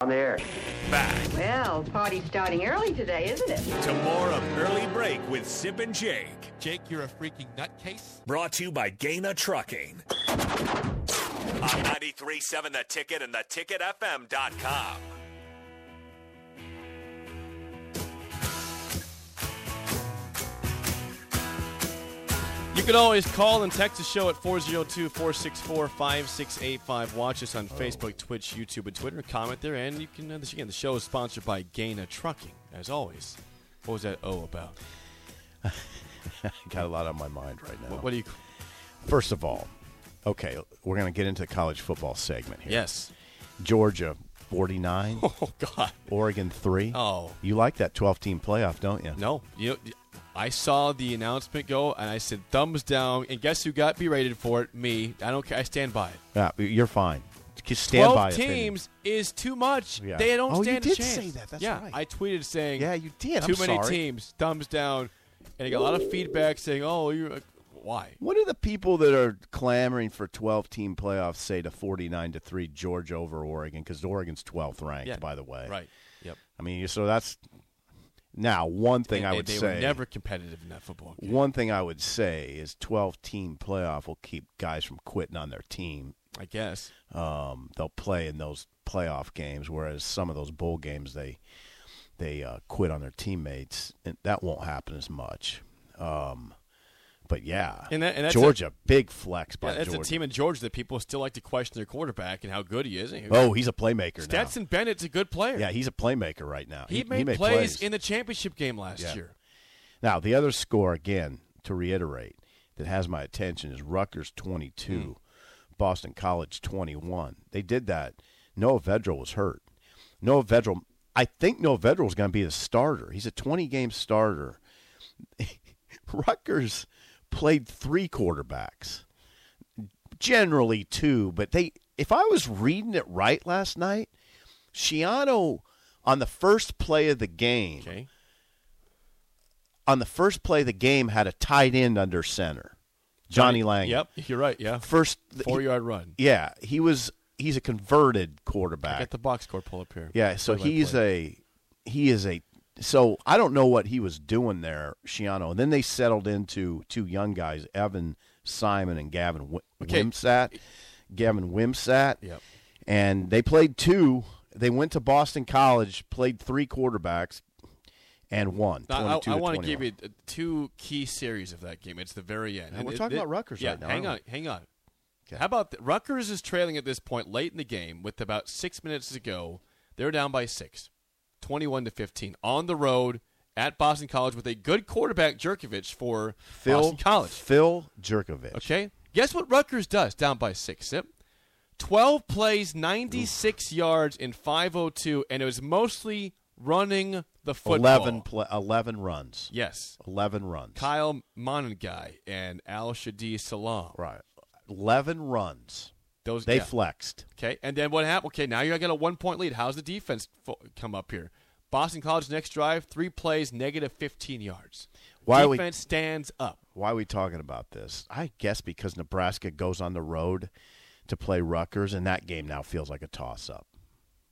on the air. Back Well, party's starting early today, isn't it? to more of Early Break with Sip and Jake. Jake, you're a freaking nutcase. Brought to you by Gaina Trucking. On 93.7 The Ticket and theticketfm.com. You can always call and text the show at 402 464 5685. Watch us on Facebook, Twitch, YouTube, and Twitter. Comment there. And you can, uh, this, again, the show is sponsored by Gaina Trucking, as always. What was that O about? Got a lot on my mind right now. What, what do you. First of all, okay, we're going to get into the college football segment here. Yes. Georgia, 49, Oh, God. Oregon, 3. Oh. You like that 12 team playoff, don't you? No. You, I saw the announcement go, and I said, thumbs down. And guess who got berated for it? Me. I don't care. I stand by it. Yeah, you're fine. Just stand 12 by opinion. teams is too much. Yeah. They don't Oh, you stand did a chance. say that. That's yeah, right. I tweeted saying, Yeah, you did. Too I'm many sorry. teams, thumbs down, and I got a lot of feedback saying, "Oh, you, uh, why?" What do the people that are clamoring for 12 team playoffs say to 49 to 3 Georgia over Oregon? Because Oregon's 12th ranked, Yeah. by the way. Right. Yep. I mean, so that's. Now, one thing I And would they say. were never competitive in that football game. One thing I would say is 12 team playoff will keep guys from quitting on their team. I guess. Um, they'll play in those playoff games, whereas some of those bowl games they they uh, quit on their teammates, and that won't happen as much. Um, but yeah, And that- and that's a- Georgia, big flex by Yeah, that's Georgia. a team in Georgia that people still like to question their quarterback and how good he is. oh, he's a playmaker Stetson Bennett's a good player. now. Yeah, he's a playmaker right now. he, made, plays, in the championship game last Yeah. year. Now, the other score, again, to reiterate, that has my attention is Rutgers 22, Boston College 21. They did that. Noah Vedral was hurt. Noah Vedral, I think Noah Vedral is going to be the starter. He's a 20 game starter. Rutgers played three quarterbacks, generally two, but they, if I was reading it right last night, Shiano on the first play of the game Okay. on the first play of the game had a tight end under center, Johnny Lang. Yep, you're right. Yeah, First, four he- yard run. yeah, he was. He's a converted Get quarterback. the box score pull up here. yeah, so Play by he's play. a he is a. So I don't know what he was doing there, Shiano. And then they settled into two young guys, Evan Simon and Gavin Wi- Okay. Wimsat. Gavin Wimsat. Yep. And they played two. They went to Boston College, played three quarterbacks, and won. Now, I, 22 want to 21. give you uh, two key series of that game. It's the very end. And we're talking about Rutgers yeah, right now, Hang on, aren't hang on. Okay. How about th- Rutgers is trailing at this point late in the game with about six minutes to go. They're down by six, 21 to 15 on the road at Boston College with a good quarterback, Jerkovich, for Phil Boston College. Phil Jerkovich. Okay, guess what Rutgers does down by six. Sip. 12 plays, 96 yards in 502, and it was mostly running the football. Eleven pla 11 runs. Yes. 11 runs. Kyle Monongai and Al Shadi Salam. Right. 11 runs. Those They yeah. flexed. Okay, and then what happened? Okay, now you got a one point lead. How's the defense fo- come up here? Boston College next drive, three plays, negative fifteen yards. Why are we- defense stands up. Why are we talking about this? I guess because Nebraska goes on the road to play Rutgers, and that game now feels like a toss up.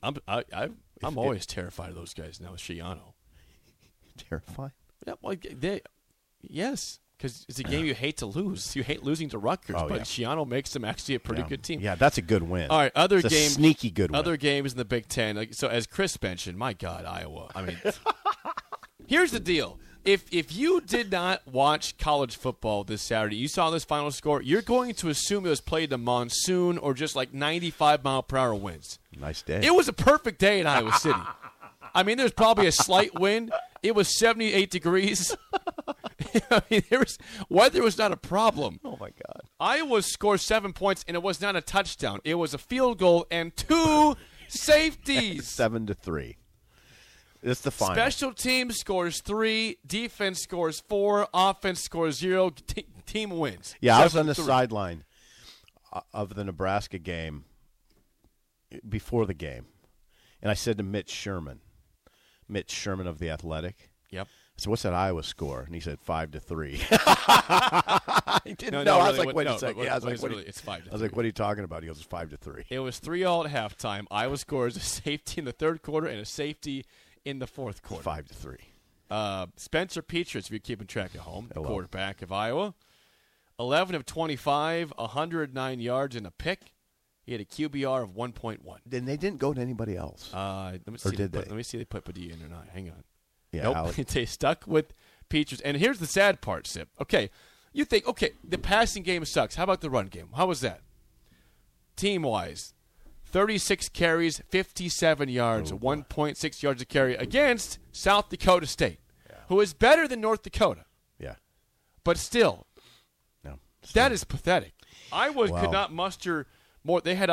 I'm I, I, I'm always terrified of those guys now with Shiano. Terrifying. Yeah, well, they, yes, because it's a game you hate to lose. You hate losing to Rutgers, Oh, but yeah. Shiano makes them actually a pretty yeah. good team. Yeah, that's a good win. All right, other It's a games, sneaky good win. Other games in the Big Ten. Like, so, as Chris mentioned, my God, Iowa. I mean, here's the deal: if if you did not watch college football this Saturday, you saw this final score, you're going to assume it was played in the monsoon or just like 95 mile per hour winds. Nice day. It was a perfect day in Iowa City. I mean, there's probably a slight wind. It was 78 degrees. I mean, there was, weather was not a problem. oh, my God. Iowa scored seven points, and it was not a touchdown. It was a field goal and two safeties. 7 to 3. It's the final. Special team scores three, defense scores four, offense scores zero. T- team wins. Yeah, I was Seven on the three. sideline o- of the Nebraska game before the game, and I said to Mitch Sherman, Mitch Sherman of the Athletic, Yep. I said, "What's that Iowa score?" And he said, five to three. I didn't know. I was really, like, what- "Wait no, a second. what- yeah, I was what like, is what it are really? you- It's five to I was like, three. "What are you talking about?" He goes, it's five to three. It was three all at halftime. Iowa scores a safety in the third quarter and a safety in the fourth quarter. Five to three. Uh, Spencer Petras, if you're keeping track at home, the Hello. quarterback of Iowa, 11 of 25, 109 yards and a pick. He had a QBR of 1.1. Then they didn't go to anybody else. Uh, let me see. did put- they? Let me see. They put Padilla in or not? Hang on. Yeah, nope. Alec- they stuck with Petras. And here's the sad part, Sip. Okay, you think okay, the passing game sucks. How about the run game? How was that? Team wise, 36 carries, 57 Oh, yards, 1.6 yards a carry against South Dakota State, who is better than North Dakota, yeah. but still No. that is pathetic. Iowa Wow. could not muster more. They had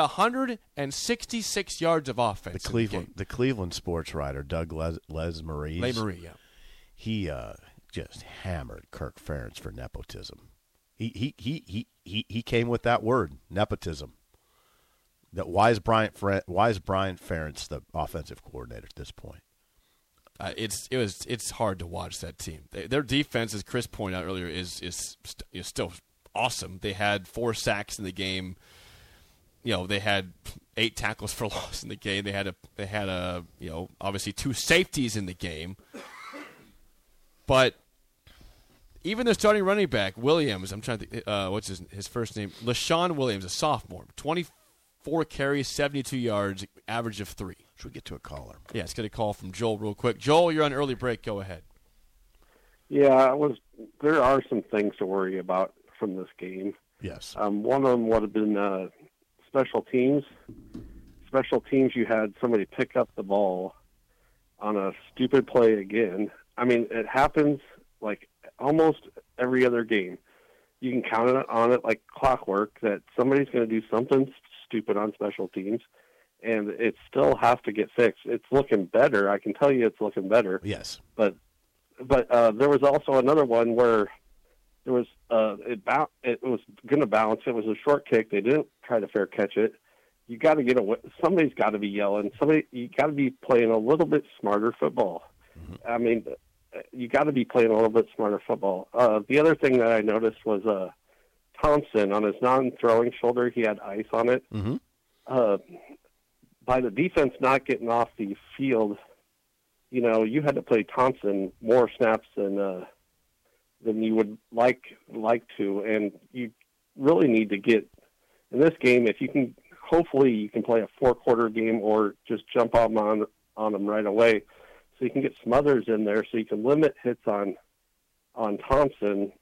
166 yards of offense. The in Cleveland, the Cleveland sports writer Doug Les, Les game. Marie, Les Marie, yeah. he uh, just hammered Kirk Ferentz for nepotism. He he he he he he came with that word nepotism. That why is Brian Fer- why is Brian Ferentz the offensive coordinator at this point? Uh, it's it was it's hard to watch that team. They, their defense, as Chris pointed out earlier, is is st- is still awesome. They had four sacks in the game. You know, they had eight tackles for loss in the game. They had a they had a you know obviously two safeties in the game. But even their starting running back Williams, I'm trying to think, uh, what's his his first name? Lashawn Williams, a sophomore, 24 carries, 72 yards, average of three. Should we get to a caller? Yeah, let's get a call from Joel real quick. Joel, you're on early break. Go ahead. Yeah, I was. There are some things to worry about from this game. Yes. Um, one of them would have been uh, special teams. Special teams, you had somebody pick up the ball on a stupid play again. I mean, it happens like almost every other game. You can count it on it like clockwork that somebody's going to do something stupid on special teams, and it still has to get fixed. It's looking better. I can tell you, it's looking better Yes. but but uh, there was also another one where there was uh, it bou- it was going to bounce. It was a short kick. They didn't try to fair catch it. You got to get away. Somebody's got to be yelling. Somebody you got to be playing a little bit smarter football. I mean, uh, you got to be playing a little bit smarter football. Uh, the other thing that I noticed was uh, Thompson on his non-throwing shoulder. He had ice on it. Mhm. Uh, by the defense not getting off the field, you know, you had to play Thompson more snaps than uh, than you would like like to, and you really need to get in this game. If you can, hopefully, you can play a four quarter game or just jump on 'em on on them right away, so you can get smothers in there, so you can limit hits on on Thompson,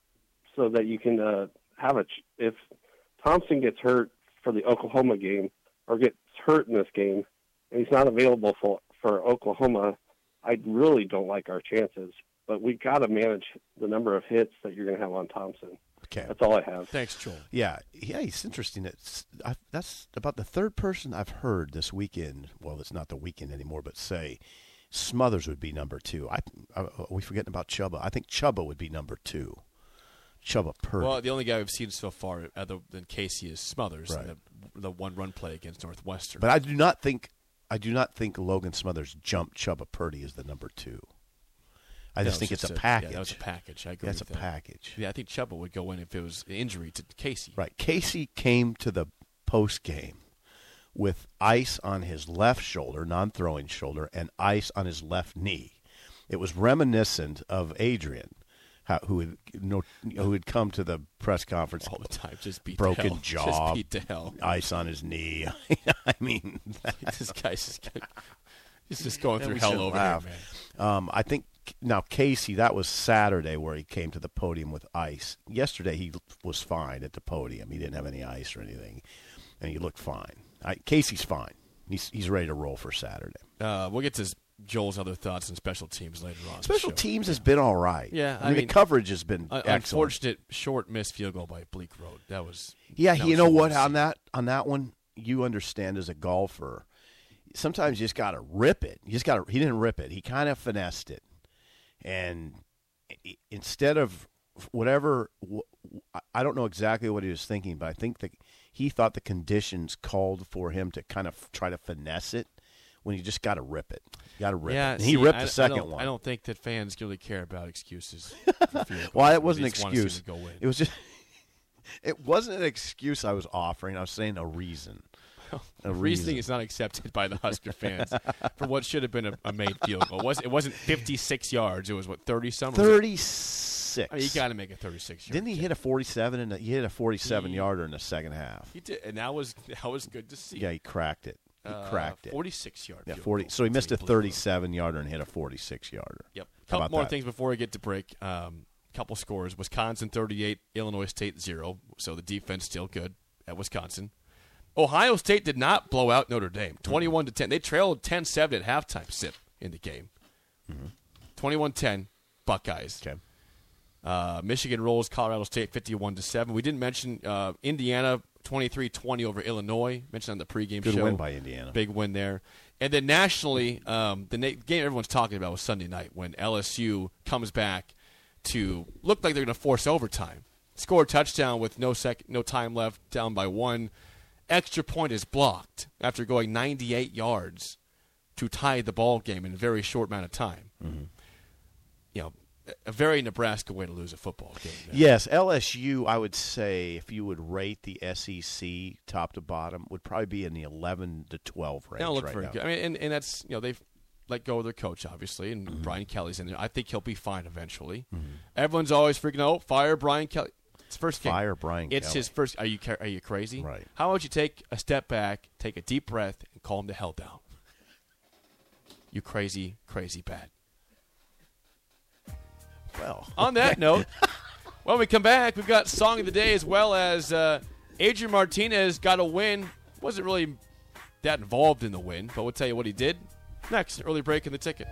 so that you can uh, have a ch- if Thompson gets hurt for the Oklahoma game or gets hurt in this game, and he's not available for for Oklahoma. I really don't like our chances, but we got to manage the number of hits that you're going to have on Thompson. Okay. That's all I have. Thanks, Joel. Yeah, yeah, it's interesting. It's i that's about the third person I've heard this weekend. Well, it's not the weekend anymore, but say Smothers would be number two. I, I are we forgetting about Chuba? I think Chuba would be number two. Chuba Purdy. Well, the only guy we've seen so far other than Casey is Smothers, in Right. the, the one run play against Northwestern. but I do not think I do not think Logan Smothers jumped Chuba Purdy as the number two. I That just was think it's a, Yeah, package. that was a package. I agree That's a with that. package. Yeah, I think Chuba would go in if it was injury to Casey. Right. Casey came to the post game with ice on his left shoulder, non throwing shoulder, and ice on his left knee. It was reminiscent of Adrian, how, who, had, no, who had come to the press conference All the time, just beat to broken hell. jaw, just Uh, beat to hell. ice on his knee. I mean, this guy's just, gonna- he's just going through we hell should over laugh. here, man. Um, I think now Casey, that was Saturday where he came to the podium with ice. Yesterday he was fine at the podium. He didn't have any ice or anything, and he looked fine. I, Casey's fine. He's he's ready to roll for Saturday. Uh, we'll get to Joel's other thoughts and special teams later on. in the Special show. teams has been all right. Yeah, I, I mean, uh, mean, the coverage has been Un- excellent. unfortunate short missed field goal by Bleak Road. That was Yeah, that you was know the what? worst. On that on that one, you understand as a golfer, sometimes you just got to rip it. You just got to. He didn't rip it. He kind of finessed it, and i- instead of whatever, wh- I- I don't know exactly what he was thinking, but I think that he thought the conditions called for him to kind of try to finesse it, when you just got to rip it. Got to rip yeah, it. And he see, ripped I- the I don't- second one. I don't think that fans really care about excuses. Well, it wasn't They an just wanna see excuse. them go win. It was just. It wasn't an excuse I was offering. I was saying a reason. A Reasoning reason. is not accepted by the Husker fans for what should have been a, a made field goal. It, was, it wasn't 56 yards. It was, what, 30 some? Was it- Thirty-six. I mean, Oh, you got to make a 36 yard. Didn't he hit a forty-seven? And he hit a forty-seven yarder in the second half. He did, and that was that was good to see. Yeah, he cracked it. He Uh, cracked it. 46 yard. Yeah, field forty. goal. So he missed a That's blew it. thirty-seven yarder and hit a forty-six yarder. Yep. How Couple about more that? things before we get to break. Um, couple scores: Wisconsin thirty-eight, Illinois State zero. So the defense still good at Wisconsin. Ohio State did not blow out Notre Dame, twenty-one to ten. They trailed 10-7 at halftime. Sip in the game. 21-10, Buckeyes. Okay. Uh, Michigan rolls Colorado State 51 to 7. We didn't mention uh, Indiana 23-20 over Illinois. Mentioned on the pregame Good show. win by Indiana. Big win there. And then nationally, um, the na- game everyone's talking about was Sunday night when LSU comes back to look like they're going to force overtime. Score a touchdown with no sec- no time left, down by one. Extra point is blocked after going 98 yards to tie the ball game in a very short amount of time. You know, a- a very Nebraska way to lose a football game. there. Yes, LSU. I would say if you would rate the SEC top to bottom, would probably be in the eleven to twelve range They don't look right very now. good. I mean, and, and that's you know they've let go of their coach obviously, and Brian Kelly's in there. I think he'll be fine eventually. Everyone's always freaking out. "Oh, Fire Brian Kelly. It's first game. Fire Brian It's Kelly. his first. Are you ca- are you crazy? Right. How about you take a step back, take a deep breath, and calm the hell down? You crazy, crazy bad. Well, On that note, when we come back, we've got song of the day as well as uh, Adrian Martinez got a win. Wasn't really that involved in the win, but we'll tell you what he did next. Early break in the ticket.